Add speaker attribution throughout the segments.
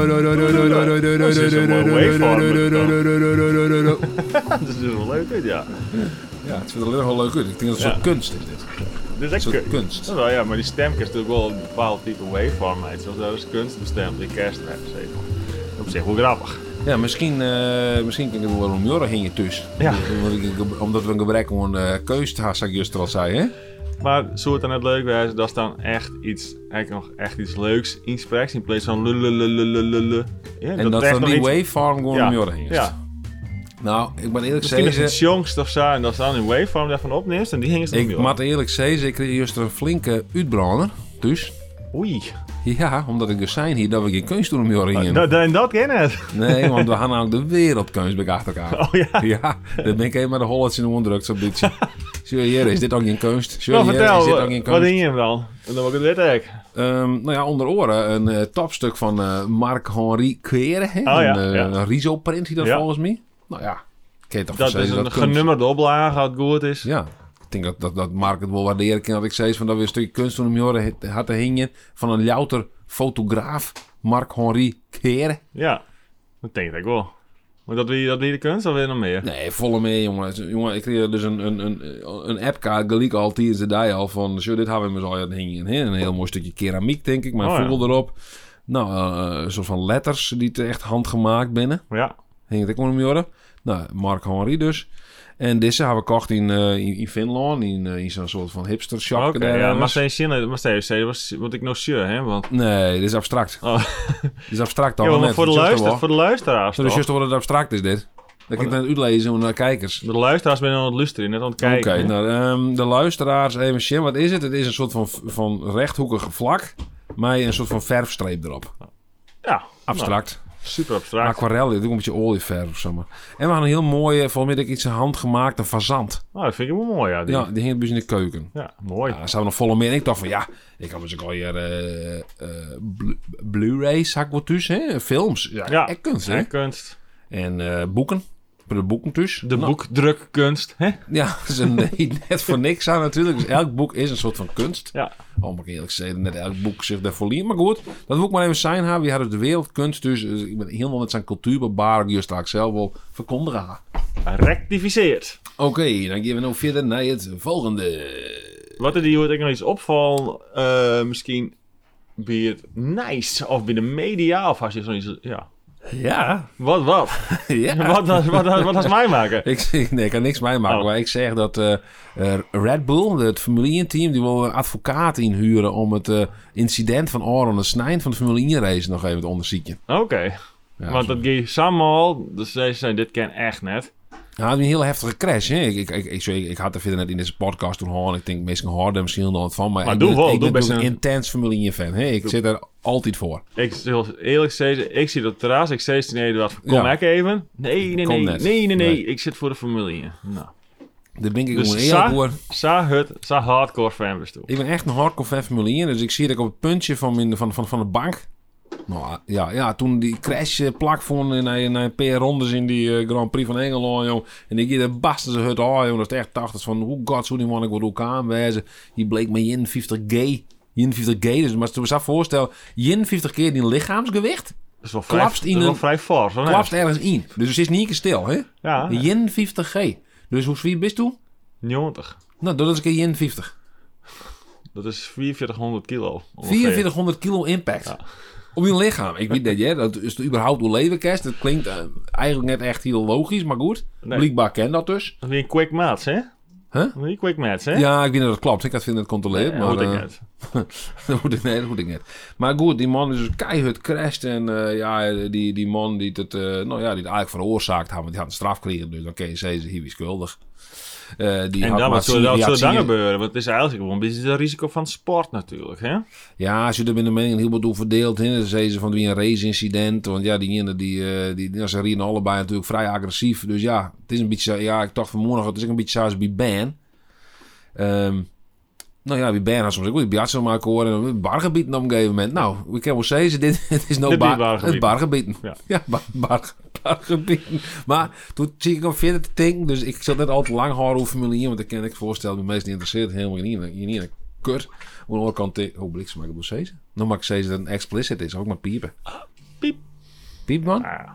Speaker 1: Dat is een mooie waveform, Dat is dus wel leuk, dit, ja.
Speaker 2: Ja, het ziet er heel leuk uit. Ik denk dat het een soort kunst is. Dit.
Speaker 1: Dit is
Speaker 2: Een
Speaker 1: echt
Speaker 2: soort
Speaker 1: ku-
Speaker 2: kunst.
Speaker 1: Dat is wel, ja, maar die stemkast is natuurlijk wel een bepaald type waveform. Heet. Zoals dat is kunstbestemd, die kerst hebben zeker. Op zich wel grappig.
Speaker 2: Ja, misschien, eh misschien kan ik er wel om jaren heen je tussen.
Speaker 1: Ja.
Speaker 2: Omdat, ik- omdat we een gebrek aan eh keus te als ik juist al zei, hè?
Speaker 1: Maar zou het dan net leuk zijn dat is dan echt iets, eigenlijk nog echt iets leuks inspreekt in plaats van lululululululu. Ja,
Speaker 2: En dat,
Speaker 1: echt
Speaker 2: van
Speaker 1: nog
Speaker 2: die
Speaker 1: iets-
Speaker 2: waveform gewoon
Speaker 1: ja.
Speaker 2: om jaren heen is.
Speaker 1: Ja,
Speaker 2: Nou, ik ben eerlijk
Speaker 1: misschien is
Speaker 2: zeggen...
Speaker 1: het jongst of zo en dat ze dan een waveform daarvan opneemt en die hingen ze
Speaker 2: Ik
Speaker 1: nog
Speaker 2: moet eerlijk zeggen, ik kreeg juist een flinke uitbrander. Dus...
Speaker 1: Oei,
Speaker 2: Ja, omdat ik dus zijn hier dat we geen kunst doen om jaren heen.
Speaker 1: Ah, dat, dat, Nou, dat ken het.
Speaker 2: Nee, want we gaan namelijk de wereldkunst bij achter elkaar.
Speaker 1: Oh ja.
Speaker 2: Ja, dan ben ik helemaal de Hollands in de onderdrukt zo'n beetje. Zo, hier is dit ook geen kunst. Zo,
Speaker 1: Nou,
Speaker 2: hier is dit
Speaker 1: vertel,
Speaker 2: eh, ook geen
Speaker 1: wat wat
Speaker 2: kunst.
Speaker 1: hing je hem dan? En dan wil ik het weten eigenlijk.
Speaker 2: Ehm, nou ja, onder oren een eh, tapstuk van eh Marc-Henri Quere. hè?
Speaker 1: Oh ja,
Speaker 2: een eh,
Speaker 1: ja.
Speaker 2: een Riso-print, die dat
Speaker 1: Ja.
Speaker 2: volgens mij. Nou ja, ken je toch
Speaker 1: Dat
Speaker 2: wel
Speaker 1: is
Speaker 2: zeggen
Speaker 1: een
Speaker 2: kunst-
Speaker 1: genummerde oplage, als het goed is.
Speaker 2: Ja, ik denk dat, dat, dat Mark het wel waarderen kan. Dat ik zei van dat we een stukje kunst van hem horen het- had te hingen van een louter fotograaf, Marc-Henri Quere.
Speaker 1: Ja, dat denk ik wel. Maar dat wie, dat wie de kunst of weer nog meer?
Speaker 2: Nee, volle mee, jongen. jongen ik kreeg dus een, een, een, een appkaart, gelijk al, die is de die al van... Zo, dit hebben we zo aan hingen. hè. Een heel mooi stukje keramiek, denk ik, maar
Speaker 1: Oh, ja.
Speaker 2: vogel erop. Nou, eh, een soort van letters die te echt handgemaakt binnen.
Speaker 1: Ja,
Speaker 2: Hing het ook om jorden. Nou, Mark Henry dus. En deze hebben we gekocht in, eh, in, in Finland, in, eh, in zo'n soort van hipster shop.
Speaker 1: oké. ja, maar steeds zin, maar steeds zin, was- want ik nog sure, hè? Want,
Speaker 2: Nee, dit is abstract.
Speaker 1: oh.
Speaker 2: Dit is abstract
Speaker 1: Ja,
Speaker 2: al.
Speaker 1: maar
Speaker 2: net.
Speaker 1: voor, de
Speaker 2: Dat is
Speaker 1: luister,
Speaker 2: juist
Speaker 1: voor
Speaker 2: wel.
Speaker 1: de luisteraars.
Speaker 2: Zo, dat is juist
Speaker 1: toch?
Speaker 2: wel dat het abstract is dit. Dat kan ik naar het uitlezen en naar de kijkers.
Speaker 1: De luisteraars ben je aan het luisteren, net aan het
Speaker 2: Oké,
Speaker 1: kijken.
Speaker 2: nou, ehm, de luisteraars even zien. Wat is het? Het is een soort van, van rechthoekig vlak. Maar een soort van verfstreep erop.
Speaker 1: Nou, Ja,
Speaker 2: Abstract.
Speaker 1: nou, super abstract.
Speaker 2: Aquarel, dit is ook een beetje olieverf of zo maar. En we hadden een heel mooi, eh, volgens mij iets handgemaakte fazant.
Speaker 1: Nou, dat vind ik wel mooi, ja. die-
Speaker 2: Ja, die hing dus in de keuken.
Speaker 1: Ja, mooi.
Speaker 2: Ja, ze hebben nog volle meer. En ik dacht van ja, ik had dus ook alweer eh eh, Blu- Blu-rays, zag ik wat thuis, hè? Films. Ja,
Speaker 1: Ja.
Speaker 2: echt kunst, hè?
Speaker 1: En kunst. Nou.
Speaker 2: En eh, boeken. Voor de boeken dus.
Speaker 1: De boekdrukkunst, hè?
Speaker 2: Ja, dat is een, net voor niks aan natuurlijk. Dus elk boek is een soort van kunst.
Speaker 1: Ja.
Speaker 2: Oh, maar eerlijk zeggen, net elk boek zich daarvoor lient. Maar goed, dat moet ik maar even zijn hebben. We hadden de wereldkunst, dus eh, ik ben helemaal net zijn cultuurbarbaar. die je straks zelf wel verkondigen. Oké,
Speaker 1: Rectificeert.
Speaker 2: dan gaan we nu verder naar het volgende.
Speaker 1: Wat er die hoort, ik nog iets opval. eh, misschien bij het nice of bij de media of als je zoiets. Ja.
Speaker 2: Ja,
Speaker 1: Wat, wat?
Speaker 2: ja.
Speaker 1: Wat, wat, wat, wat als mij maken?
Speaker 2: Ik, nee, ik kan niks mee maken.
Speaker 1: Oh.
Speaker 2: Maar ik zeg dat eh, eh, Red Bull, het Formule 1 team, die wil een advocaat inhuren om het eh, incident van Aaron de Snijn van de Formule 1 race nog even te onderzoeken.
Speaker 1: Oké.
Speaker 2: Ja,
Speaker 1: Want dat ging Samuel, dus deze zei, dit ken echt net.
Speaker 2: Ja, Nou, het is een heel heftige crash. Hè? Ik, ik, ik, ik, sorry, ik had er verder net in deze podcast toen horen. Ik denk, mensen horen er misschien nog wat van. Maar,
Speaker 1: Maar
Speaker 2: ik
Speaker 1: doe
Speaker 2: ben,
Speaker 1: wel,
Speaker 2: ik
Speaker 1: doe
Speaker 2: ben
Speaker 1: best
Speaker 2: natuurlijk
Speaker 1: een-
Speaker 2: een intens Formule 1 fan. Hè? Ik zit er altijd voor.
Speaker 1: Ik zal eerlijk zeggen, ik zie dat terras, ik zei tegen Eduard, van, kom
Speaker 2: Ja.
Speaker 1: ik even. Nee, nee,
Speaker 2: Kom
Speaker 1: nee, nee,
Speaker 2: net.
Speaker 1: nee, nee,
Speaker 2: Nee.
Speaker 1: ik zit voor de familie. Nou.
Speaker 2: Daar ben ik
Speaker 1: Dus
Speaker 2: gewoon
Speaker 1: sa-
Speaker 2: eerlijk voor.
Speaker 1: Sa hut, sa hardcore fan bist toe.
Speaker 2: Ik ben echt een hardcore fan van Formule 1. Dus ik zie dat ik op het puntje van, mijn, van, van, van de bank. Nou ja, ja, toen die crash eh, plak vond naar, naar een paar rondes in die eh, Grand Prix van Engeland, jong. En ik hier de basten ze hut oh, jong. Dat is echt dacht van, hoe god, zo die man, ik wil elkaar aanwijzen. Die bleek me 51 gay. 51 gay, dus maar toen we zich voorstellen, 51 keer die lichaamsgewicht,
Speaker 1: Dat is wel vrij,
Speaker 2: klapst in
Speaker 1: dat is wel
Speaker 2: een-
Speaker 1: vrij fors, hoor, hè?
Speaker 2: klapst ergens in. Dus het is niet een keer stil, hè?
Speaker 1: Ja,
Speaker 2: 51 g. Dus hoe zwier bist u?
Speaker 1: 90.
Speaker 2: Nou, dat is een keer 51.
Speaker 1: Dat is 4400 kilo. ongeveer.
Speaker 2: 4400 kilo impact. Op je lichaam. Ik weet dat, hè. Dat is überhaupt hoe leven kerst. Dat klinkt eh, eigenlijk net echt heel logisch, maar goed.
Speaker 1: Nee.
Speaker 2: Blijkbaar ken dat dus.
Speaker 1: Dat is weer een quick match, hè?
Speaker 2: Huh?
Speaker 1: Weer een quick match, hè?
Speaker 2: Ja, ik weet dat dat klopt. Ik had het net controleerd.
Speaker 1: Ja,
Speaker 2: maar,
Speaker 1: hoe denk
Speaker 2: eh,
Speaker 1: ik het?
Speaker 2: dat moet ik net, dat moet ik net. Maar goed, die man is dus keihard crashed. En eh, ja, die, die man die het, eh, nou ja, die het eigenlijk veroorzaakt had, want die had een straf gekregen. Dus dan kun je zeggen, hier is schuldig. Eh, die
Speaker 1: En
Speaker 2: had
Speaker 1: dan
Speaker 2: maar
Speaker 1: wat zullen
Speaker 2: zien-
Speaker 1: dat
Speaker 2: die had
Speaker 1: zullen dan
Speaker 2: zien-
Speaker 1: gebeuren? Want het is eigenlijk gewoon een beetje het risico van sport natuurlijk, hè?
Speaker 2: Ja, als je er binnen mening heel wat over verdeeld. Hè, dan zeiden ze van wie een race-incident. Want ja, die ene, die, eh die, ja, ze reden allebei natuurlijk vrij agressief. Dus ja, het is een beetje, zo- ja, ik dacht vanmorgen, het is ook een beetje zoals bij Ben. Ehm, nou ja, bij Ben had soms ook wel die biatsen maken horen. En een bargebied eh, op een gegeven moment. Nou, we kunnen wel zeggen, dit het is nou
Speaker 1: Dit is
Speaker 2: bar-
Speaker 1: bargebied.
Speaker 2: het bargebied.
Speaker 1: Ja.
Speaker 2: Ja, bar, bar- bargebied. Maar toen zie ik hem verder te denken. Dus ik zat net al te lang horen over Formule 1. Want ik kan ik voorstellen, de meesten die interesseert helemaal niet. in- Niet in een kut. Aan de andere kant, eh, oh bliksem, maar ik wil zeggen. Dan mag ik zeggen dat het een explicit is, ook maar piepen.
Speaker 1: Piep.
Speaker 2: Piep man?
Speaker 1: Ah,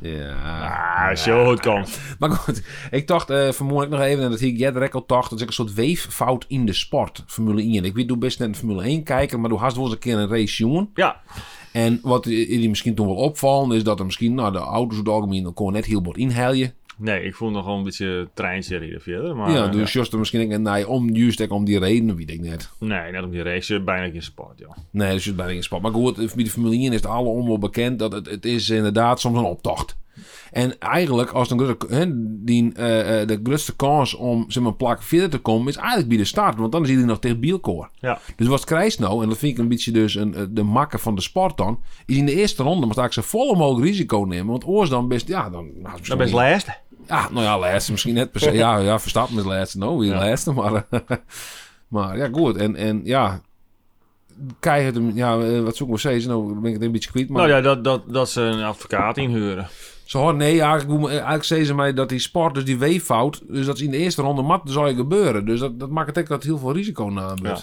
Speaker 2: Ja.
Speaker 1: ah zo goed kan.
Speaker 2: Maar goed, ik dacht eh vanmorgen ook nog even, en dat hier Get Record dacht, dat is ook een soort weeffout in de sport, Formule 1. Ik weet, doe best net een Formule 1 kijker, maar doe haast wel eens een keer een race jongen.
Speaker 1: Ja,
Speaker 2: En wat die misschien toen wel opvallen, is dat er misschien, nou de auto's door het algemeen, dan kon net heel wat inhalen.
Speaker 1: nee, ik voel nog wel een beetje treinserie er verder. Maar,
Speaker 2: ja,
Speaker 1: eh,
Speaker 2: dus just er misschien ook net nee, om, juist ook om die reden, weet ik net.
Speaker 1: Nee, net om die race, eh, bijna geen sport, joh.
Speaker 2: Nee, dat is juist bijna geen sport. Maar goed, bij de Formule 1 is het alle onwel bekend dat het, het is inderdaad soms een optocht. En eigenlijk, als het een grote, hè, die, eh, eh, de grootste kans om zeg maar, een plak verder te komen, is eigenlijk bij de start. Want dan is iedereen nog tegen Bielkoor.
Speaker 1: Ja,
Speaker 2: Dus wat krijgt nou, en dat vind ik een beetje dus een, eh, de makker van de sport dan, is in de eerste ronde moet ik zo volle mogelijk risico nemen. Want oors dan best, ja, dan... Nou, misschien
Speaker 1: dat best
Speaker 2: niet-
Speaker 1: last.
Speaker 2: ja, nou ja, laatste misschien net per se. Ja, ja Verstappen is laatste. Nou, wie
Speaker 1: Ja.
Speaker 2: laatste, maar... eh, maar ja, goed. En, en ja... Kei het hem... Ja, eh, wat zoeken we steeds? Nou ben ik het een beetje kwijt, maar...
Speaker 1: Nou ja, dat, dat, dat ze een advocaat inhuren.
Speaker 2: Ze hoor, nee, eigenlijk, hoe- eigenlijk zeiden ze mij dat die sport, dus die weeffout, dus dat is in de eerste ronde mat, zou je gebeuren. Dus dat, dat maakt het ook dat heel veel risico naam
Speaker 1: Ja.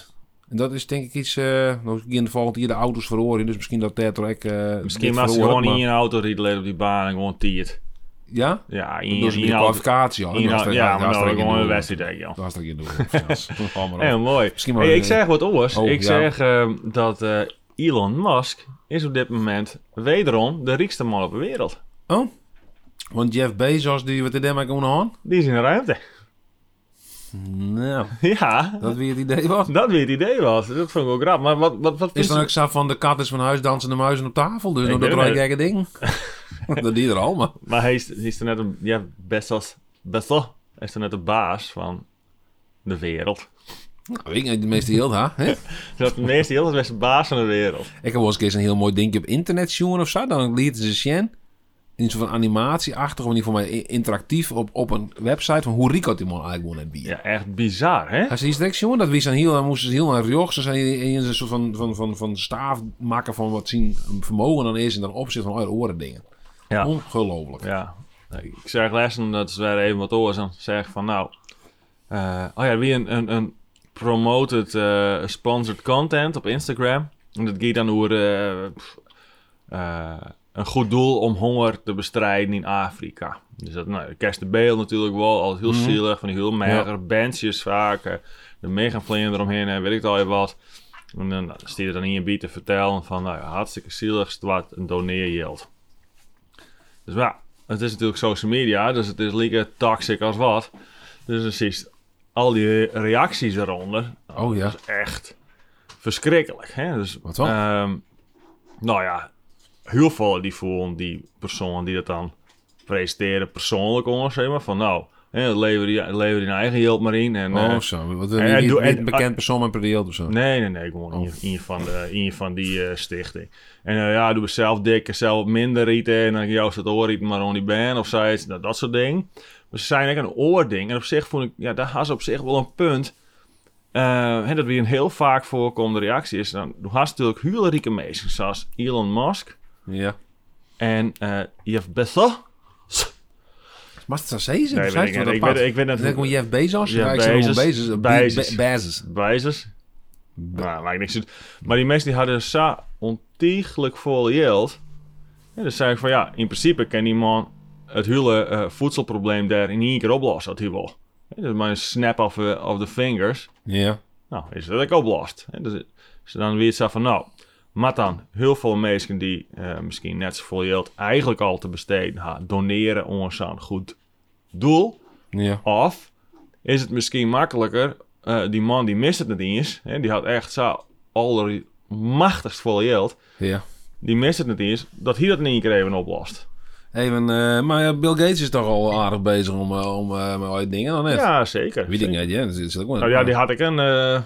Speaker 2: En dat is denk ik iets, eh nou, in de volgende hier de auto's verhoren, dus misschien dat Tetra ook... eh,
Speaker 1: Misschien
Speaker 2: dit
Speaker 1: mag ze
Speaker 2: verhoren,
Speaker 1: gewoon in
Speaker 2: maar-
Speaker 1: een auto rijden op die baan en gewoon tiert.
Speaker 2: Ja?
Speaker 1: Ja, in,
Speaker 2: Door ze
Speaker 1: in
Speaker 2: die
Speaker 1: een auto.
Speaker 2: kwalificatie al.
Speaker 1: in een auto- Ja, maar nou, gewoon een
Speaker 2: wedstrijd.
Speaker 1: wedstrijd, joh.
Speaker 2: Daar sta ik in door. Ga maar op.
Speaker 1: Heel mooi.
Speaker 2: Misschien maar
Speaker 1: Hey,
Speaker 2: een-
Speaker 1: ik zeg wat anders.
Speaker 2: Oh,
Speaker 1: ik
Speaker 2: ja.
Speaker 1: zeg ehm, dat eh, Elon Musk is op dit moment wederom de rijkste man op de wereld.
Speaker 2: Oh? Want Jeff Bezos, die wat de demo kon aan?
Speaker 1: Die is in de ruimte.
Speaker 2: Nou,
Speaker 1: Ja,
Speaker 2: dat weer het idee was.
Speaker 1: dat weer het idee was. Dat vond ik ook grappig. Maar wat, wat, wat
Speaker 2: Is
Speaker 1: vindt
Speaker 2: dan
Speaker 1: ze-
Speaker 2: ook zo van de kat is van huis dansende muizen op tafel. Dus nou,
Speaker 1: weet
Speaker 2: dat
Speaker 1: het
Speaker 2: rijdt
Speaker 1: niet.
Speaker 2: gekke ding. dat die er al, maar.
Speaker 1: Maar hij is, hij is er net een... Ja, Bezos. Bezos. Hij is er net de baas van de wereld.
Speaker 2: Nou, weet ik niet, de meeste heel daar. hè?
Speaker 1: Dat de meeste heel de beste baas van de wereld.
Speaker 2: Ik heb wel eens een keer een heel mooi dingje op internet zien of zo. Dan lieten ze zien. In soort van animatieachtig, of in ieder geval maar i- interactief op, op een website van hoe rico die man eigenlijk gewoon net bier.
Speaker 1: Ja, echt bizar, hè?
Speaker 2: Als je iets direct jongen, dat wie zijn heel, moesten ze heel naar rechts. Ze zijn in een soort van, van, van, van staaf maken van wat zien vermogen dan is. En dan opzet van alle oren dingen.
Speaker 1: Ja.
Speaker 2: Ongelooflijk.
Speaker 1: Ja, ik zeg lessen dat ze weer even wat oors en zeggen van nou, eh, oh ja, wie een, een, een promoted eh, sponsored content op Instagram. En dat gaat dan over eh, pff, eh, een goed doel om honger te bestrijden in Afrika. Dus dat, nou, de kerstenbeel natuurlijk wel, altijd heel zielig, van die heel mager, bandjes vaak, eh, de megavlinder eromheen en weet ik het al je wat. En dan stier je dan in je biet te vertellen van, nou ja, hartstikke zielig, wat een doneergeld. Dus ja, het is natuurlijk social media, dus het is lekker toxic als wat. Dus dan zie je al die reacties eronder.
Speaker 2: Oh ja.
Speaker 1: Dat is echt verschrikkelijk. Hè? Dus,
Speaker 2: Wat dan?
Speaker 1: ehm, nou ja, heel veel die voelen die persoon die dat dan presenteren persoonlijk onder, zeg maar. Van nou, hè, lever, je, lever je eigen geld maar in. En, eh,
Speaker 2: oh zo. Wat,
Speaker 1: en-
Speaker 2: niet,
Speaker 1: doe-
Speaker 2: niet
Speaker 1: en-
Speaker 2: een bekend persoon met periode of zo.
Speaker 1: Nee, nee, nee. Gewoon in, je, in, je van, de, in je van die eh, stichting. En eh, ja, doe we zelf dik en zelf minder rieten. En dan jou het oorrieten maar on die band of zoiets. Dat, dat soort dingen. Maar ze zijn eigenlijk een oording. En op zich vond ik, ja, daar had ze op zich wel een punt. Eh, hè, dat weer een heel vaak voorkomende reactie is. Dan doe haast natuurlijk huurlijke mensen. Zoals Elon Musk
Speaker 2: Ja.
Speaker 1: en eh Jeff Bezos.
Speaker 2: Maar het is een
Speaker 1: Nee, weet ik niet. Ik weet- ik weet net
Speaker 2: Dan
Speaker 1: hoe-
Speaker 2: kom Jeff Bezos.
Speaker 1: Jeff
Speaker 2: Ja, ik zeg gewoon
Speaker 1: Bezos.
Speaker 2: Bezos. eh,
Speaker 1: Bezos.
Speaker 2: Be- Bezos.
Speaker 1: wijzers. Nou, maakt niks uit. Maar die mensen die hadden zo ontiegelijk veel geld. En dan zei ik van ja, in principe kan die man het hele eh, voedselprobleem daar in één keer oplossen, dat hij wil. Hè, dus maar een snap of, eh, of the fingers.
Speaker 2: Ja.
Speaker 1: Nou, is dat ook oplost. Hè, dus, dus dan weer zo van nou, maar dan heel veel mensen die eh, misschien net zoveel geld eigenlijk al te besteden hadden, doneren ons aan een goed doel.
Speaker 2: Ja.
Speaker 1: Of is het misschien makkelijker, eh, die man die mist het niet eens, hè, die had echt zo allermachtigst veel geld,
Speaker 2: Ja.
Speaker 1: die mist het niet eens, dat hij dat in één keer even oplost.
Speaker 2: Even, eh, maar ja, Bill Gates is toch al aardig bezig om, eh, om eh, met al die dingen dan net.
Speaker 1: Ja, zeker.
Speaker 2: Wie
Speaker 1: Zeker.
Speaker 2: dingen, ja. Dat is ook wel-
Speaker 1: Nou ja, die had ik een eh,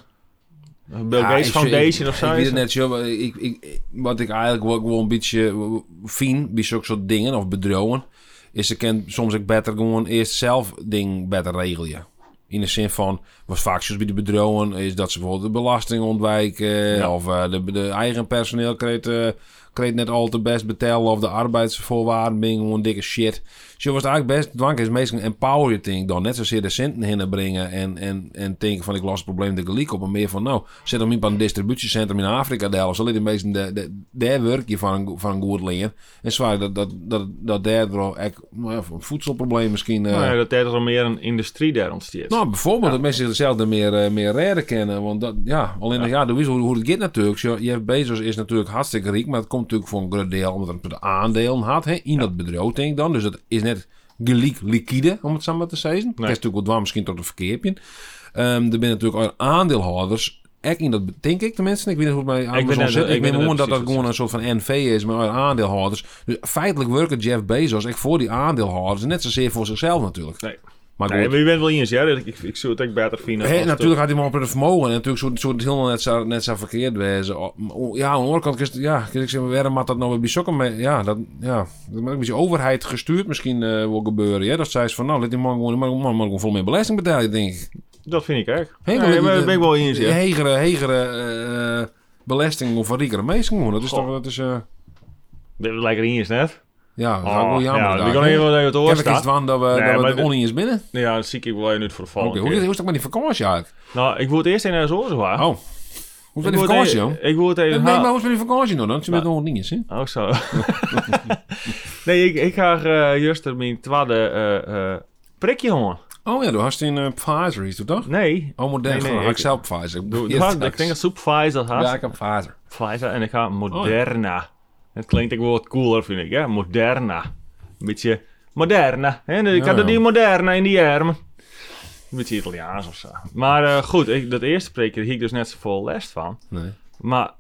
Speaker 1: Bill
Speaker 2: Ja,
Speaker 1: Gates
Speaker 2: ik-
Speaker 1: Foundation
Speaker 2: ik-
Speaker 1: of zo.
Speaker 2: Ik weet het
Speaker 1: is
Speaker 2: net, joh, maar ik, ik, wat ik eigenlijk wel gewoon een beetje eh, vind bij zulke soort dingen of bedrogen, is ze kan soms ook beter gewoon eerst zelf ding beter regelen. In de zin van, wat vaak zoals bij de bedrogen, is dat ze bijvoorbeeld de belasting ontwijken
Speaker 1: Ja.
Speaker 2: of eh, de, de eigen personeel krijgt, eh, kreeg net al te best betalen of de arbeidsvoorwaarden bingen gewoon dikke shit. Zo was het eigenlijk best dwang is meestal een empower ding dan. Net zozeer de centen hinnen brengen en, en, en denken van ik los het probleem de gelijk op. Maar meer van nou, zet hem niet bij een distributiecentrum in Afrika daar. Of zo de meesten de- de- daar werk je van een, go- van een goed leer. En zwaar dat, dat, dat, dat daar wel echt nou ja, een voedselprobleem misschien... eh,
Speaker 1: Maar Nou dat er al meer een industrie daar ontsteert.
Speaker 2: nou, bijvoorbeeld dat mensen zichzelf er meer, eh, meer redden kennen. Want dat, ja, alleen ja. Ja, dat is hoe, hoe het gaat natuurlijk. Zo, Jeff Bezos is natuurlijk hartstikke rijk, maar dat komt natuurlijk voor een groot deel omdat hij de aandelen had hè, in dat bedrijf, denk ik dan. Dus dat is net gelijk liquide, om het zo maar te zeggen. Dat is natuurlijk wel dwang, misschien tot een verkeerpje. Ehm er zijn natuurlijk ook aandeelhouders. Echt in dat, be- denk ik tenminste. Ik weet niet hoe het bij Amazon
Speaker 1: weet net-
Speaker 2: zit. Ik
Speaker 1: ik weet
Speaker 2: weet
Speaker 1: net
Speaker 2: gewoon dat dat
Speaker 1: precies
Speaker 2: gewoon een soort van NV is met alle aandeelhouders. Dus feitelijk werken Jeff Bezos echt voor die aandeelhouders. Net zozeer voor zichzelf natuurlijk.
Speaker 1: Nee.
Speaker 2: Maar
Speaker 1: Nee,
Speaker 2: goed.
Speaker 1: maar je bent wel eens, ja. Ik, ik, ik zou het ook beter vinden.
Speaker 2: Hé,
Speaker 1: als het-
Speaker 2: natuurlijk had hij maar op het vermogen. En natuurlijk zou zou het helemaal net zo, net zo verkeerd wezen. O- o- Ja, aan de andere kant, is het- ja, kan ik zeggen, waarom had dat nou weer bij sokken mee? Ja, dat, ja, dat moet een beetje overheid gestuurd misschien eh wil gebeuren. Ja? Dat zei ze van, nou, laat die man gewoon, man, man, man gewoon veel meer belasting betalen, denk ik.
Speaker 1: Dat vind ik erg.
Speaker 2: Hé,
Speaker 1: Nee,
Speaker 2: maar dat-
Speaker 1: maar daar ben ik wel eens, ja.
Speaker 2: Hegere, hegere eh, belasting of rijkere mensen gewoon. Dat is
Speaker 1: Goh.
Speaker 2: toch, dat is, eh,
Speaker 1: Dat lijkt er niet eens net.
Speaker 2: ja, dat is ook wel
Speaker 1: Oh,
Speaker 2: jammer.
Speaker 1: ja,
Speaker 2: daar,
Speaker 1: ik kan
Speaker 2: hè.
Speaker 1: even naar je
Speaker 2: Kennelijk
Speaker 1: oor
Speaker 2: is het
Speaker 1: staan.
Speaker 2: waan dat we,
Speaker 1: Nee,
Speaker 2: dat we
Speaker 1: maar
Speaker 2: het
Speaker 1: de-
Speaker 2: onuit is binnen.
Speaker 1: Ja, dat zie ik wel je nu vervallen.
Speaker 2: Oké, hoe is hoe is dat met die vakantie eigenlijk?
Speaker 1: Nou, ik word eerst in naar Zoren waar.
Speaker 2: Oh, hoe is dat
Speaker 1: Ik
Speaker 2: die
Speaker 1: word
Speaker 2: vakantie,
Speaker 1: e-
Speaker 2: joh? Oh.
Speaker 1: Ik word
Speaker 2: Nee,
Speaker 1: even...
Speaker 2: maar hoe is met die vakantie nou dan? Ze
Speaker 1: Nou.
Speaker 2: met nog niet eens, hè?
Speaker 1: Oh, zo. nee, ik, ik ga eh juist er mijn tweede eh, eh, prikje, jongen.
Speaker 2: Oh ja, du hast in uh, Pfizer, is dat toch?
Speaker 1: Nee.
Speaker 2: Oh, modern.
Speaker 1: Nee,
Speaker 2: Nee,
Speaker 1: nee,
Speaker 2: nee,
Speaker 1: ik-
Speaker 2: ik zelf Pfizer.
Speaker 1: Doe,
Speaker 2: Yes,
Speaker 1: doe-
Speaker 2: thanks.
Speaker 1: ik denk dat Supervisor had.
Speaker 2: Ja, Oh, ik heb Pfizer.
Speaker 1: Pfizer en ik ga Moderna. Het klinkt ook wel wat cooler, vind ik. Hè? Moderna. Een beetje Moderna. Hè? Dus Ik
Speaker 2: Ja,
Speaker 1: had er
Speaker 2: ja.
Speaker 1: die Moderna in die armen. Een beetje Italiaans of zo. Maar eh, goed, ik, dat eerste preekje hier ik dus net zoveel last van.
Speaker 2: Nee.
Speaker 1: Maar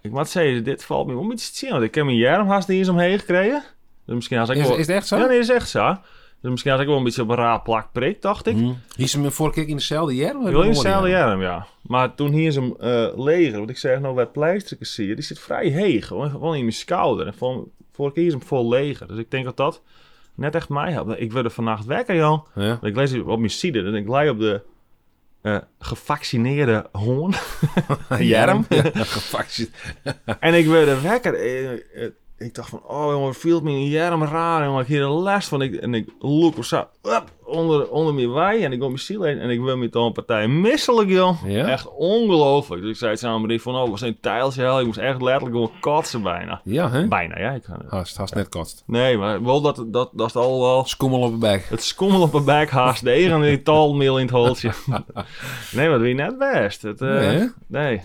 Speaker 1: ik moet zeggen, dit valt me wel een beetje te zien. Want ik heb mijn jarm haast niet eens omheen gekregen. Dus misschien als ik
Speaker 2: Is,
Speaker 1: wel...
Speaker 2: is het echt zo?
Speaker 1: Ja, nee, dat is echt zo. Dus misschien had ik wel een beetje op een raar plak prik, dacht ik.
Speaker 2: Hm. Hier is hem vorige keer in dezelfde jaar?
Speaker 1: Ik wil in hetzelfde jarm, ja. Maar toen hier is hem eh, leger, want ik zeg nou wat pleisterkens zie je, die zit vrij heeg, gewoon gewoon in mijn schouder. En van, vorige keer is hem vol leger. Dus ik denk dat dat net echt mij helpt. Ik werd er vannacht wekker, joh.
Speaker 2: Ja.
Speaker 1: Ik lees hier op mijn side en ik lei op de eh, gevaccineerde hoorn. Jarm.
Speaker 2: Ah, Ja, gevaccineerd.
Speaker 1: En ik werd er wekker. Eh, eh, Ik dacht van, oh jongen, wat viel me een jarm raar. Jongen, ik hier de last van. Ik, en ik loop er zo up, onder, onder mijn wij. En ik kom mijn ziel heen. En ik wil met dan een partij misselijk, joh.
Speaker 2: Ja?
Speaker 1: Echt ongelooflijk. Dus ik zei het aan Marie van, oh, we zijn tijlshel. Ik moest echt letterlijk gewoon kotsen bijna.
Speaker 2: Ja, hè?
Speaker 1: Bijna, ja. Ik, kan-
Speaker 2: Hast, hast net kost.
Speaker 1: nee, maar wel dat, dat, dat is al wel...
Speaker 2: Skommel op de bek.
Speaker 1: Het schommel op mijn bek haast de egen en die talmeel in het holtje. nee, maar dat je net best. Het, eh,
Speaker 2: Nee, hè?
Speaker 1: nee.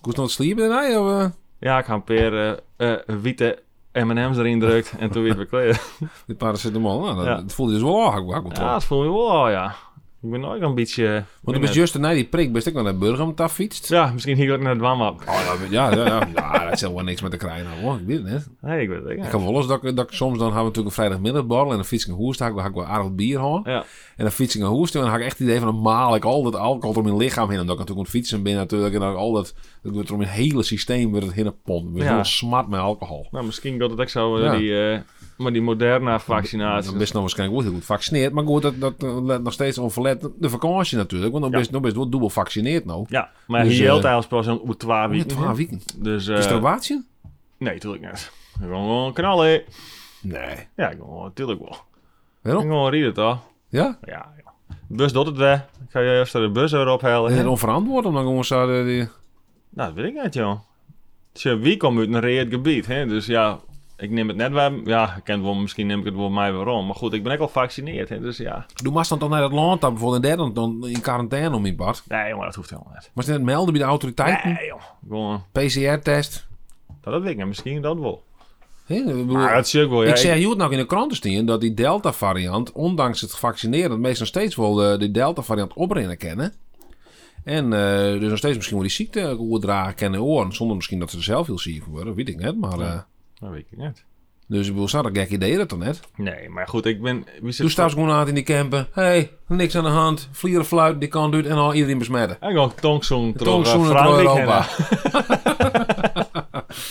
Speaker 2: Koest nog wat sliepen daarna? Of, eh?
Speaker 1: Ja, ik ga een paar eh, eh, witte M&M's erin drukt en toen weer bekleed.
Speaker 2: dit paracetamol. Nou, dat,
Speaker 1: Ja.
Speaker 2: dat voelde dus wel hak, hak
Speaker 1: ja, dat voel je wel, ja. Ik ben nooit een beetje... eh,
Speaker 2: Want ik
Speaker 1: binnen.
Speaker 2: was juist na die prik, best ik naar de burger om te fietst.
Speaker 1: Ja, misschien hier ook naar het warm-up.
Speaker 2: Oh, ja, ja, ja, ja, ja, dat zal wel niks met de krijgen. hoor. Ik weet het net.
Speaker 1: Nee, ik weet het niet.
Speaker 2: Ik heb wel eens dat ik, dat ik soms dan hebben we natuurlijk een vrijdagmiddagborrel en dan fiets ik een hoest, dan heb ik wel- heb ik wel aardig bier hoor.
Speaker 1: Ja.
Speaker 2: En dan fiets ik een hoest en dan had ik echt het idee van dan maal ik al dat alcohol door mijn lichaam heen. Omdat ik natuurlijk aan het fietsen ben natuurlijk en dan al dat, dat wordt door mijn hele systeem weer het heen pompt. Ik ben
Speaker 1: Ja.
Speaker 2: heel smart met alcohol.
Speaker 1: Nou, misschien gaat het ook zo, eh,
Speaker 2: Ja.
Speaker 1: die, eh, maar die moderna vaccinatie.
Speaker 2: Dan ben je nou waarschijnlijk wel heel goed gevaccineerd. Maar goed, dat, dat eh, let nog steeds onverlet de vakantie natuurlijk. Want dan
Speaker 1: Ja.
Speaker 2: ben je dan ben je wel dubbel gevaccineerd nou.
Speaker 1: Ja, maar
Speaker 2: Dus,
Speaker 1: hier
Speaker 2: eh,
Speaker 1: geldt eigenlijk pas een twaalf
Speaker 2: Ja,
Speaker 1: weken.
Speaker 2: twaalf weken.
Speaker 1: Dus, eh,
Speaker 2: Is er een waardje?
Speaker 1: nee, natuurlijk niet. Ik wil gewoon knallen.
Speaker 2: Nee.
Speaker 1: Ja, ik wil gewoon- natuurlijk wel. Ik
Speaker 2: Waarom?
Speaker 1: wil gewoon rieden, toch?
Speaker 2: Ja?
Speaker 1: Ja, ja. Bus doet het, hè. Ik ga juist de bus erop halen.
Speaker 2: Is het onverantwoord om dan gewoon zo... de- die-
Speaker 1: Nou, dat weet ik niet, joh. Tja, wie komt uit een reëerd gebied, hè? Dus ja, ik neem het net waar... Ja, ik ken het wel, misschien neem ik het wel mij waarom. Maar goed, ik ben ook al gevaccineerd, hè? Dus ja...
Speaker 2: Doe maar dan toch naar dat land dan bijvoorbeeld en daar dan, dan in quarantaine om in bad.
Speaker 1: Nee, jongen, dat hoeft helemaal niet.
Speaker 2: Maar ze net melden bij de autoriteiten?
Speaker 1: Nee, joh. Gewoon,
Speaker 2: PCR-test?
Speaker 1: nou, dat weet ik niet. Misschien dat wel.
Speaker 2: Hè, ik bedoel,
Speaker 1: Maar dat zie ik wel, ja.
Speaker 2: ik
Speaker 1: Ik-
Speaker 2: zeg je het nou in de kranten staan dat die Delta-variant, ondanks het vaccineren, dat mensen nog steeds wel de, die Delta-variant oprennen kennen. En eh, dus nog steeds misschien wel die ziekte overdragen kennen in oren, zonder misschien dat ze er zelf heel ziek van worden, weet ik net. Maar, eh,
Speaker 1: Dat weet ik niet.
Speaker 2: dus ik bedoel, zou dat gek idee dat dan net?
Speaker 1: Nee, maar goed, ik ben... Wie zit
Speaker 2: Toen staan ze gewoon aan in die camper, hé, hey, niks aan de hand, vlieren fluit, die kan doet en al iedereen besmetten.
Speaker 1: En gewoon tongzoen door eh,
Speaker 2: Tongzoenen door
Speaker 1: Frankrijk.
Speaker 2: Europa.
Speaker 1: heen.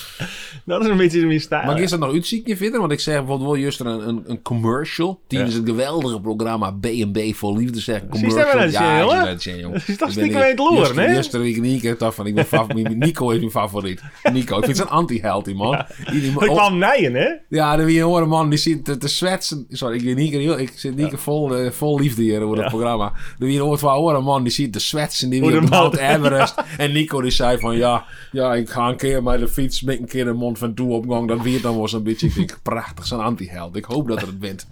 Speaker 1: Dat is een beetje mijn stijl.
Speaker 2: Maar is dat nou nog uitziekje verder? Want ik zeg bijvoorbeeld wel juist een, een, een commercial. Tijdens het geweldige programma B&B voor Liefde zeggen.
Speaker 1: Zie je
Speaker 2: Commercial.
Speaker 1: dat wel eens,
Speaker 2: ja,
Speaker 1: jongen?
Speaker 2: zie je dat, zie je, jongen.
Speaker 1: Dat is toch
Speaker 2: Ik ben
Speaker 1: stiekem
Speaker 2: hier-
Speaker 1: een loer,
Speaker 2: juist-
Speaker 1: hè?
Speaker 2: Juist er ik niet. Ik heb dacht van, ik ben favor- mijn- Nico is mijn favoriet. Nico. Ik vind het een anti-held, die man. Iedereen-
Speaker 1: Dat kwam nijen, hè?
Speaker 2: Ja, dan wie je horen man, die zit te, te zwetsen. Sorry, ik, ben niet, heel- ik zit niet vol, eh, vol liefde hier over het programma. Dan wie je hoort van horen man, die zit te zwetsen. Die
Speaker 1: Hoe
Speaker 2: weer op
Speaker 1: de
Speaker 2: de Mount
Speaker 1: Mount-
Speaker 2: Everest. En Nico die zei van ja, ja, ik ga een keer met de fiets met een keer de mond van toe opgang. Dat weer dan wel zo'n beetje. Ik denk, prachtig, zo'n anti-held. Ik hoop dat er het wint.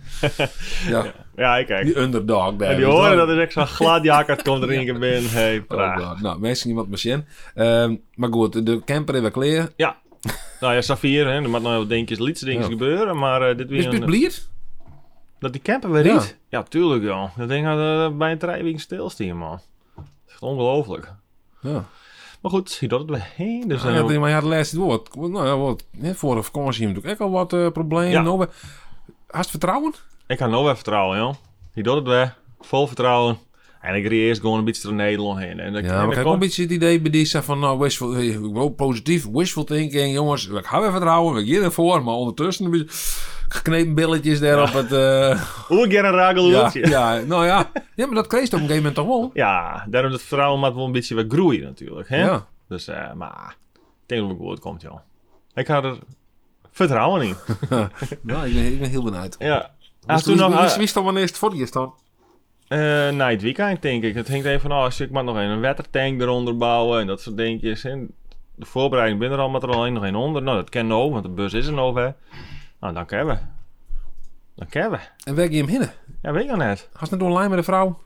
Speaker 2: Ja,
Speaker 1: Ja, ik kijk.
Speaker 2: die underdog daar.
Speaker 1: En die
Speaker 2: Dus
Speaker 1: horen dat Ah. is echt zo'n gladjakkerd komt er in je binnen. Hey,
Speaker 2: Oh
Speaker 1: praat.
Speaker 2: God. Nou, mensen iemand misschien. Ehm maar goed, de camper is weer klaar.
Speaker 1: Ja. Nou ja, Safir, hè, nou er moet nog wat dingetjes, lietse dingetjes
Speaker 2: Ja.
Speaker 1: gebeuren, maar eh,
Speaker 2: Is
Speaker 1: dit weer
Speaker 2: het
Speaker 1: een... eh,
Speaker 2: bliert?
Speaker 1: Dat die camper weer
Speaker 2: Ja.
Speaker 1: niet? Ja, tuurlijk joh. Dat ding had eh, bij een drijving stilstaan, man. Dat is echt ongelooflijk.
Speaker 2: Ja.
Speaker 1: Maar goed, hier doet het weer heen. Dus,
Speaker 2: Ja,
Speaker 1: eh,
Speaker 2: ja, maar ja, het laatste woord. Nou ja, wat, hè, vorige vakantie hebben we natuurlijk ook al wat eh, problemen.
Speaker 1: Ja.
Speaker 2: Nou, we- Haast vertrouwen?
Speaker 1: ik had nou weer vertrouwen, joh. Hier doet het weer. Vol vertrouwen. En ik reed eerst gewoon een beetje door Nederland heen. En dan,
Speaker 2: Ja,
Speaker 1: en
Speaker 2: maar ik
Speaker 1: dan
Speaker 2: heb ook
Speaker 1: kom-
Speaker 2: een beetje het idee bij die zei van, nou, wishful, eh, wel positief, wishful thinking, jongens, ik hou weer vertrouwen, we gaan ervoor, maar ondertussen een beetje geknepen billetjes daar op het... eh,
Speaker 1: Hoe ik er een
Speaker 2: ja,
Speaker 1: rageloeltje. Ja.
Speaker 2: ja, nou ja. Ja, maar dat kreeg je op een gegeven moment toch wel?
Speaker 1: daarom dat vertrouwen moet wel een beetje weer groeien natuurlijk, hè?
Speaker 2: Ja.
Speaker 1: Dus, eh, maar... Ik denk dat het wel goed komt, joh. Ik had er vertrouwen in.
Speaker 2: Nou, ik ben, ik ben heel benieuwd. Dus
Speaker 1: ja. Ah,
Speaker 2: Wist
Speaker 1: toen nog... ah,
Speaker 2: wist dan wanneer het voor je dan?
Speaker 1: eh na het weekend, denk ik. Het ging even van, oh, shit, ik mag nog een een wettertank eronder bouwen en dat soort dingetjes. En de voorbereiding binnen er al, maar er alleen nog één onder. Nou, dat kennen we ook, want de bus is er nog, hè. Nou, dan kennen we. Dan kennen we.
Speaker 2: En waar ging je hem hinnen?
Speaker 1: Ja, weet ik nog net.
Speaker 2: Ga je net online met de vrouw?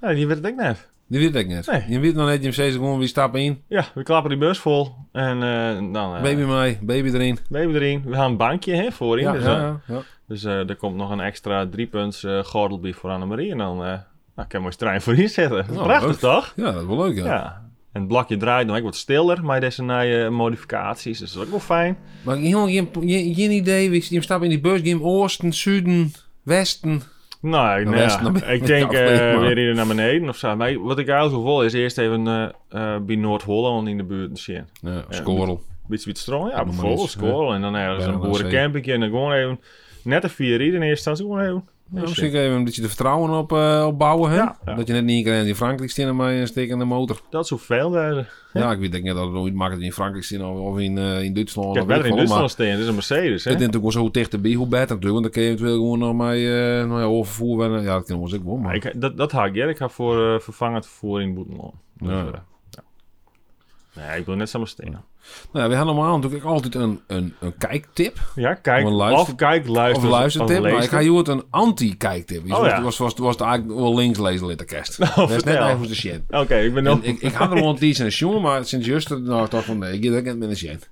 Speaker 1: Ja, die weet het ik net.
Speaker 2: Die weet ik net.
Speaker 1: Nee.
Speaker 2: Je weet nog net, je hem steeds gewoon, wie stapt in?
Speaker 1: Ja, we klappen die bus vol. En eh dan... eh
Speaker 2: Baby mij, baby erin.
Speaker 1: baby erin. We gaan een bankje, hè, voorin. dus eh,
Speaker 2: ja.
Speaker 1: dus eh, er komt nog een extra driepunts eh gordelbief voor Annemarie. En dan eh nou, kan mooi trein voor inzetten.
Speaker 2: Oh,
Speaker 1: Prachtig,
Speaker 2: leuk.
Speaker 1: toch?
Speaker 2: Ja, dat is wel leuk, ja.
Speaker 1: Ja. En het blakje draait nog ik wat stiller maar deze nieuwe modificaties. Dus dat is ook wel fijn.
Speaker 2: Maar ik heb geen, geen, geen idee, wie je stapt in die bus, geen oosten, zuiden, westen.
Speaker 1: Nou, ik- nou ja,
Speaker 2: best, dan ben je
Speaker 1: ik denk
Speaker 2: afgeleid,
Speaker 1: eh,
Speaker 2: maar.
Speaker 1: weer hier naar beneden of zo. Maar wat ik eigenlijk wil is eerst even eh, eh, bij Noord-Holland in de buurt zien.
Speaker 2: Ja, skorrel.
Speaker 1: Beetje beetje stroom, ja,
Speaker 2: maar
Speaker 1: bijvoorbeeld
Speaker 2: eens,
Speaker 1: school. En dan ergens
Speaker 2: Bijna
Speaker 1: een
Speaker 2: wel zeker.
Speaker 1: boerencampingje. En dan gewoon even net een vier rieden in eerste instantie. Gewoon even. oh,
Speaker 2: Ja,
Speaker 1: Ja,
Speaker 2: misschien even een beetje de vertrouwen op, eh, opbouwen, hè?
Speaker 1: Ja, ja.
Speaker 2: Dat je net niet kan in Frankrijk staan maar een stikkende motor.
Speaker 1: Dat is hoeveel daar. Ik
Speaker 2: Ja, ik weet denk niet dat het ooit makkelijk in Frankrijk staan of, of in, eh, in Duitsland.
Speaker 1: heb
Speaker 2: of weet
Speaker 1: wel in
Speaker 2: ik wel, maar
Speaker 1: Duitsland staan. Dit is een Mercedes, hè?
Speaker 2: Het is natuurlijk wel zo dichterbij, hoe beter natuurlijk. Want dan kun je eventueel gewoon nog maar eh nou ja, overvoer werden. Ja, dat kunnen we ons ook wel, maar...
Speaker 1: Ik, dat, dat haak ik, hè. Ik ga voor eh, vervangend vervoer in Boetenland. Dus,
Speaker 2: Ja.
Speaker 1: eh, ja. Nee, ik wil net samen stenen.
Speaker 2: Nou, ja, we hebben normaal natuurlijk altijd een, een, een kijktip.
Speaker 1: Ja, kijk,
Speaker 2: Of een
Speaker 1: of,
Speaker 2: luister-
Speaker 1: kijk,
Speaker 2: Of
Speaker 1: luister.
Speaker 2: een luistertip, maar
Speaker 1: leestip.
Speaker 2: ik ga je een anti-kijktip. Dus
Speaker 1: Oh,
Speaker 2: was,
Speaker 1: ja. Nou,
Speaker 2: was, was, was het eigenlijk wel links lezen litterkerst. dat is net
Speaker 1: vertel. Nou.
Speaker 2: eigenlijk de shit.
Speaker 1: Oké, ik ben
Speaker 2: En
Speaker 1: nog...
Speaker 2: ik, ik had er wel een tijdje een jongen, maar sinds juster nou, ik dacht van nee, ik heb het met een shit.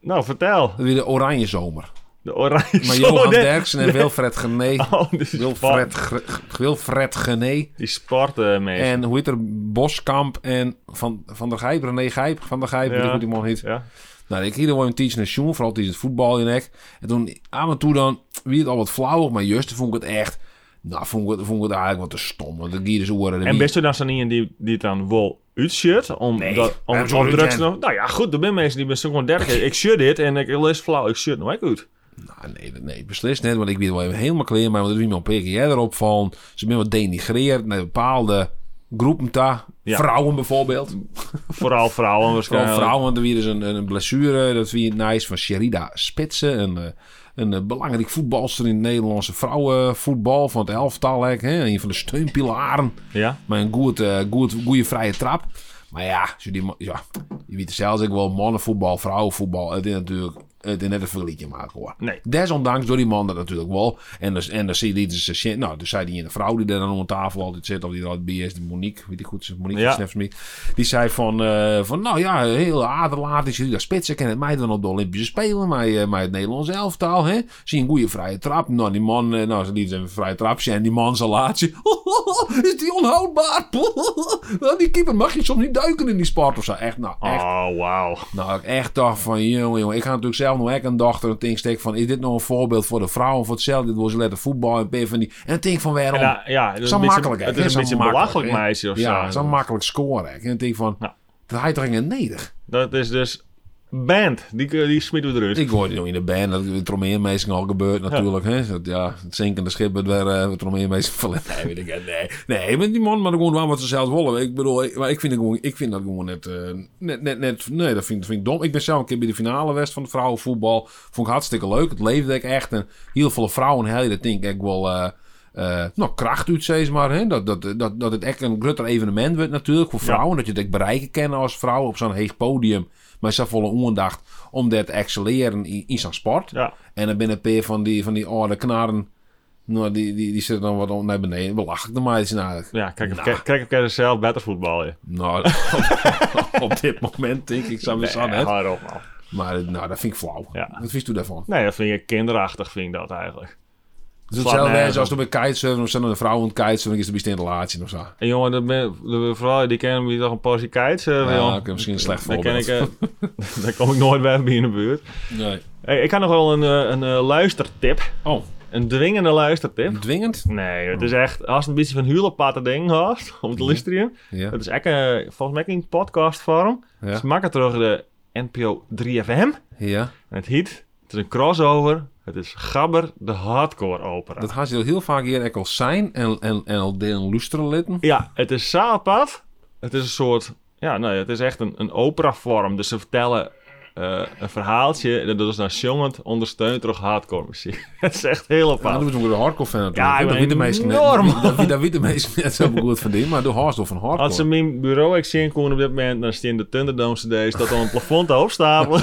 Speaker 1: Nou, vertel.
Speaker 2: Dat weer de oranje zomer.
Speaker 1: De oranje...
Speaker 2: Maar Johan
Speaker 1: de-
Speaker 2: Derksen en
Speaker 1: de-
Speaker 2: Wilfred Gené.
Speaker 1: Oh, die sport,
Speaker 2: Wilfred, Gre- G- Wilfred Gené.
Speaker 1: die sporten mensen.
Speaker 2: En hoe heet er? Boskamp en Van, van der Gijp. René Gijp. Van der Gijp, weet ik
Speaker 1: Ja.
Speaker 2: hoe die man heet.
Speaker 1: Ja.
Speaker 2: Nou, ik hier wel een tijdje een jongen, vooral tijdens het voetbal in ek. En toen aan en toe dan, wie het al wat flauw, maar juist vond ik het echt... Nou, vond ik het, vond ik het eigenlijk wat te stom. Want de gier oren
Speaker 1: En best u dan zo niet die, die het dan wel uitshirt? Om,
Speaker 2: Nee,
Speaker 1: dat, om,
Speaker 2: waarom
Speaker 1: om,
Speaker 2: zou het
Speaker 1: drugs
Speaker 2: zijn?
Speaker 1: nog... Nou ja, goed, er zijn mensen die best gewoon 30. Ik shirt dit en ik lees flauw. Ik shirt nou ook goed.
Speaker 2: Nou, nee, dat- nee, beslist net. Want ik weet wel even helemaal clear, maar er is iemand PKR erop van. Ze zijn wat denigreerd naar bepaalde groepen daar.
Speaker 1: Ja.
Speaker 2: Vrouwen bijvoorbeeld.
Speaker 1: Vooral vrouwen waarschijnlijk.
Speaker 2: Vooral vrouwen, want er weer is een, een blessure. Dat wie nice van Sherida Spitsen. Een, eh, een eh, belangrijk voetbalster in het Nederlandse vrouwenvoetbal. Van het elftal, hè, hè, een van de steunpilaren.
Speaker 1: Ja?
Speaker 2: Maar een goed, eh, goed, goede vrije trap. Maar ja, als je, die, ma- ja, je weet het zelfs ook wel, mannenvoetbal, vrouwenvoetbal. Het is natuurlijk het is net een vergelijkje maken hoor.
Speaker 1: Nee.
Speaker 2: Desondanks door die man dat natuurlijk wel. En dus, en dan zie je die, dus, shit, nou, dus zei die ene vrouw die daar dan om tafel altijd zit, of die er altijd bij is, die Monique, weet ik goed, ze- Monique
Speaker 1: Ja.
Speaker 2: ja. Die zei van, eh, van, nou ja, heel aderlaat is jullie daar spitsen, ken het mij dan op de Olympische Spelen, maar, eh, maar het Nederlands elftal, hè. Zie een goede vrije trap. Nou, die man, eh, nou, ze liet een vrije trap zien en die man zijn laatje. is die onhoudbaar? Nou, die keeper mag je soms niet duiken in die sport of zo. Echt, nou, echt.
Speaker 1: Oh, wauw.
Speaker 2: Nou, ik echt dacht van, jongen, jongen. Ik ga natuurlijk zelf nog echt een dochter een ding steken van... is dit nou een voorbeeld voor de vrouwen? Voor hetzelfde, dit was ze letten voetbal en ben van die... En een ding van waarom?
Speaker 1: Ja, eh, ja, dat
Speaker 2: het
Speaker 1: is
Speaker 2: is
Speaker 1: een
Speaker 2: een
Speaker 1: beetje-
Speaker 2: makkelijk, hè?
Speaker 1: Het is
Speaker 2: Zo
Speaker 1: een beetje een
Speaker 2: makkelijk,
Speaker 1: belachelijk
Speaker 2: hè?
Speaker 1: meisje of
Speaker 2: ja,
Speaker 1: zo.
Speaker 2: het is een makkelijk scoren. hè. En een ding van,
Speaker 1: Ja.
Speaker 2: dat hij toch in het neder?
Speaker 1: Dat is dus band. Die, die smitten we eruit.
Speaker 2: Dus Ik hoorde nog in de band dat het trommeermeisje al gebeurt natuurlijk. Hè? Dat, ja, het zinkende schip werd weer uh, trommeermeisje vallen. Nee, weet ik het, nee. Nee, maar die man maar gewoon waar wat ze zelf willen. Ik bedoel, ik, maar ik vind, het gewoon, ik vind dat gewoon net, eh, net, net, net... Nee, dat vind, dat vind ik dom. Ik ben zelf een keer bij de finale west van de vrouwenvoetbal. Vond ik hartstikke leuk. Het leefde ik echt. En heel veel vrouwen hel je dat denk ik echt wel... eh, eh, nou, kracht uit, zeg maar. Hè? Dat, dat, dat, dat het echt een groter evenement wordt natuurlijk voor vrouwen. Dat je het echt bereiken kan als vrouw op zo'n heeg podium. Maar ze volle aandacht om dat te excelleren in, in zo'n sport.
Speaker 1: Ja.
Speaker 2: En dan binnen een paar van die, van die oude knarren. Nou, die, die, die zitten dan wat om naar beneden. Belachelijk de meisjes eigenlijk.
Speaker 1: Ja, kijk of kijk- kijk of kijk zelf beter voetballen.
Speaker 2: Nou, op, op dit moment denk ik, zou ik
Speaker 1: Nee,
Speaker 2: net.
Speaker 1: hou erop, man.
Speaker 2: Maar eh, nou, dat vind ik flauw.
Speaker 1: Ja.
Speaker 2: Wat vind je daarvan?
Speaker 1: Nee, dat vind ik kinderachtig, vind ik dat eigenlijk.
Speaker 2: Het is
Speaker 1: slaat
Speaker 2: hetzelfde
Speaker 1: nergens
Speaker 2: als als er bij kitesurfen of zijn er een vrouw aan het kitesurfen is er best in een relatie of zo.
Speaker 1: En jongen, dat ben, de vrouwen die kennen me toch een portie kites. eh,
Speaker 2: Ja,
Speaker 1: jongen.
Speaker 2: ik heb misschien een slecht
Speaker 1: Daar ken
Speaker 2: voorbeeld.
Speaker 1: ik, eh, daar kom ik nooit bij bij in de buurt.
Speaker 2: Nee.
Speaker 1: Hey, ik had nog wel een, eh, een eh, luistertip.
Speaker 2: Oh,
Speaker 1: Een dwingende luistertip.
Speaker 2: dwingend?
Speaker 1: Nee, het is echt... Als je een beetje van huilenpatten ding had, om te luisteren.
Speaker 2: Oh. Ja.
Speaker 1: Het is echt, eh, volgens mij in podcastvorm.
Speaker 2: Ja.
Speaker 1: Ze maken terug de NPO 3FM.
Speaker 2: Ja.
Speaker 1: En het heet... Het is een crossover. Het is Gabber de Hardcore Opera.
Speaker 2: Dat gaan ze heel vaak hier ook al zijn en, en, en al delen lusteren litten.
Speaker 1: Ja, het is zaalpad. Het is een soort... Ja, nee, het is echt een, een operavorm. Dus ze vertellen eh, een verhaaltje. En dat is dan jongend ondersteund door hardcore muziek. het is echt heel
Speaker 2: Ja,
Speaker 1: apart.
Speaker 2: dan moeten we de hardcore fan natuurlijk.
Speaker 1: Ja, ik
Speaker 2: dat
Speaker 1: ben
Speaker 2: weet de meesten net.
Speaker 1: enorm.
Speaker 2: Dat, dat weet de meesten net zo goed van die, maar de hardcore van hardcore.
Speaker 1: Als ze mijn bureau ik zien kon op dit moment, dan staan de Thunderdome CD's dat al een plafond te opstapelen.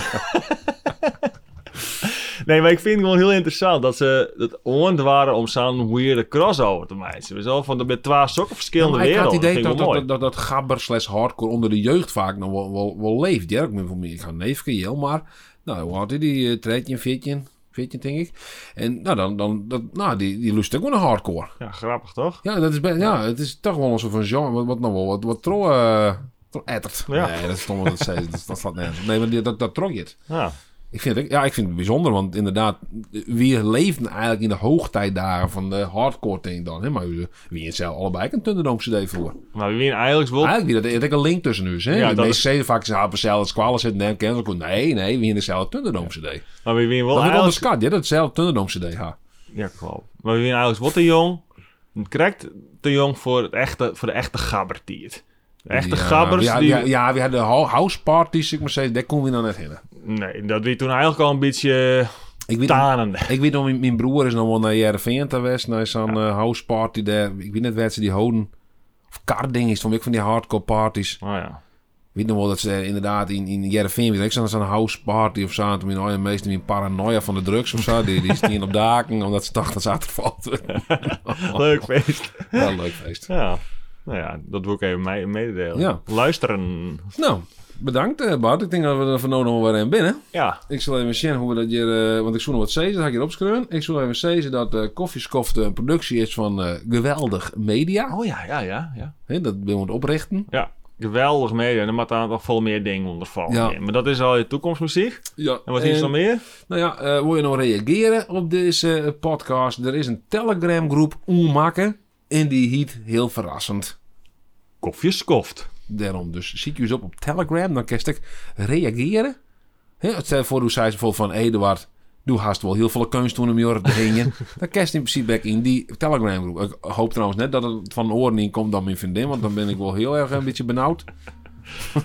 Speaker 1: nee, maar ik vind het gewoon heel interessant dat ze het oond waren om zo'n weirde crossover te maken. We zo van de met twee sokken verschillende
Speaker 2: Maar ik had
Speaker 1: werelden.
Speaker 2: het
Speaker 1: Dat
Speaker 2: idee
Speaker 1: vind ik
Speaker 2: dat,
Speaker 1: wel
Speaker 2: dat,
Speaker 1: mooi.
Speaker 2: dat, dat, dat gabber slash hardcore onder de jeugd vaak nog wel, wel, wel leeft. Ja, ik ben voor meer, ik ga neefje, heel maar. Nou, hoe had hij die? eh, 13, 14, 14 denk ik. En nou, dan, dan, dat, nou die, die lust ook wel een hardcore.
Speaker 1: Ja, grappig toch?
Speaker 2: Ja, dat is bij, ja, het is toch wel onze van genre, wat, wat nog wel, wat, wat tro, eh, tro- ettert.
Speaker 1: Ja.
Speaker 2: Nee, dat is stom wat het zei, dat, dat slaat nergens op. Nee, maar die- dat, dat trok je het.
Speaker 1: Ja.
Speaker 2: Ik vind het, ja, ik vind het bijzonder, want inderdaad, wie leeft eigenlijk in de hoogtijdagen van de hardcore ding dan? Hè? Maar wie in zelf allebei een Thunderdome CD voor.
Speaker 1: Maar wie in eigenlijk wil
Speaker 2: Eigenlijk niet, dat er is een link tussen nu. Hè?
Speaker 1: Ja,
Speaker 2: de
Speaker 1: dat
Speaker 2: meeste CD vaak zeggen, ah, zelf squalen zitten en cancel. Goed, Nee, nee, wie in dezelfde Thunderdome CD.
Speaker 1: Maar wie wint wel
Speaker 2: Dat wordt
Speaker 1: eigenlijk...
Speaker 2: onderschat, ja, dat hetzelfde Thunderdome CD. Ha.
Speaker 1: Ja, klopt. Maar wie wint eigenlijk wordt te jong. Het krijgt te jong voor, het echte, voor de echte gabbertiert. De
Speaker 2: ja,
Speaker 1: echte gabbers
Speaker 2: ja,
Speaker 1: die...
Speaker 2: Ja, ja, we hadden de hou- house parties, ik maar zeggen, daar kon we nou net heen.
Speaker 1: Nee, dat wie toen eigenlijk al een beetje
Speaker 2: Ik weet,
Speaker 1: tanende.
Speaker 2: ik weet nog, mijn, mijn broer is nog wel naar Jereveen geweest, naar zo'n eh, house party daar. Ik weet net waar ze die houden. Of karding is, dan ik van die hardcore parties.
Speaker 1: Oh ja.
Speaker 2: Ik weet nog wel dat ze eh, inderdaad in, in Jereveen weer. Ik zat aan zo'n house party of zo. En toen ben ik meestal in paranoia van de drugs of zo. Die, die stien op daken omdat ze dachten dat ze achtervalt.
Speaker 1: Leuk feest.
Speaker 2: Wel leuk feest.
Speaker 1: Ja. Nou ja, dat wil ik even mee- mededelen.
Speaker 2: Ja.
Speaker 1: Luisteren.
Speaker 2: Nou, bedankt eh, Bart. Ik denk dat we er van nog wel weer in binnen.
Speaker 1: Ja.
Speaker 2: Ik zal even zien hoe we dat hier... eh, want ik zoek nog wat zezen, dat ga ik hier opschreven. Ik zal even zezen dat eh Koffieskoft een productie is van eh, Geweldig Media.
Speaker 1: Oh ja, ja, ja. Ja.
Speaker 2: Hè, dat willen we het oprichten.
Speaker 1: ja. Geweldig media. En er moet daar nog veel meer dingen onder vallen.
Speaker 2: Ja.
Speaker 1: Ja. Maar dat is al je toekomstmuziek.
Speaker 2: Ja,
Speaker 1: En wat is er nog meer?
Speaker 2: Nou ja, eh, wil je nou reageren op deze eh, podcast? Er is een Telegram groep Oemakken. En die heet heel verrassend.
Speaker 1: Koffieskoft.
Speaker 2: Daarom dus zie ik je eens op op Telegram. Dan kan ik reageren. Hè, het zei voor hoe zei ze bijvoorbeeld van Eduard. Doe haast wel heel veel kunst toen om je te hingen. dan kerst in principe back in die Telegram groep. Ik hoop trouwens net dat het van oren in komt dan mijn vriendin. Want dan ben ik wel heel erg een beetje benauwd. maar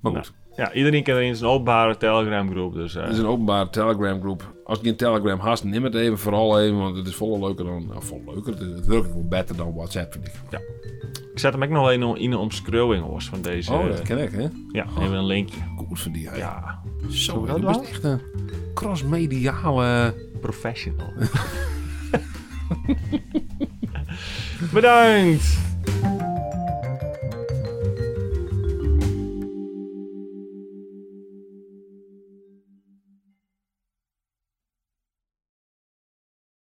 Speaker 1: Nou.
Speaker 2: goed.
Speaker 1: Ja, iedereen kent erin zijn openbare Telegram groep. Dus eh,
Speaker 2: Het is een openbare Telegram groep. Als ik een Telegram haast, neem het even, vooral even, want het is volle leuker dan. Nou, volle leuker. Het, is- het werkt gewoon beter dan WhatsApp, vind ik.
Speaker 1: ik zet hem ook nog een in de omschreeuwing hoor, van deze.
Speaker 2: Oh, dat
Speaker 1: eh,
Speaker 2: ken ik, hè?
Speaker 1: ja, even een linkje.
Speaker 2: Goed van die. hè.
Speaker 1: Ja,
Speaker 2: Zo, hè,
Speaker 1: dat
Speaker 2: dat
Speaker 1: wel?
Speaker 2: is echt een crossmediale.
Speaker 1: professional. Bedankt!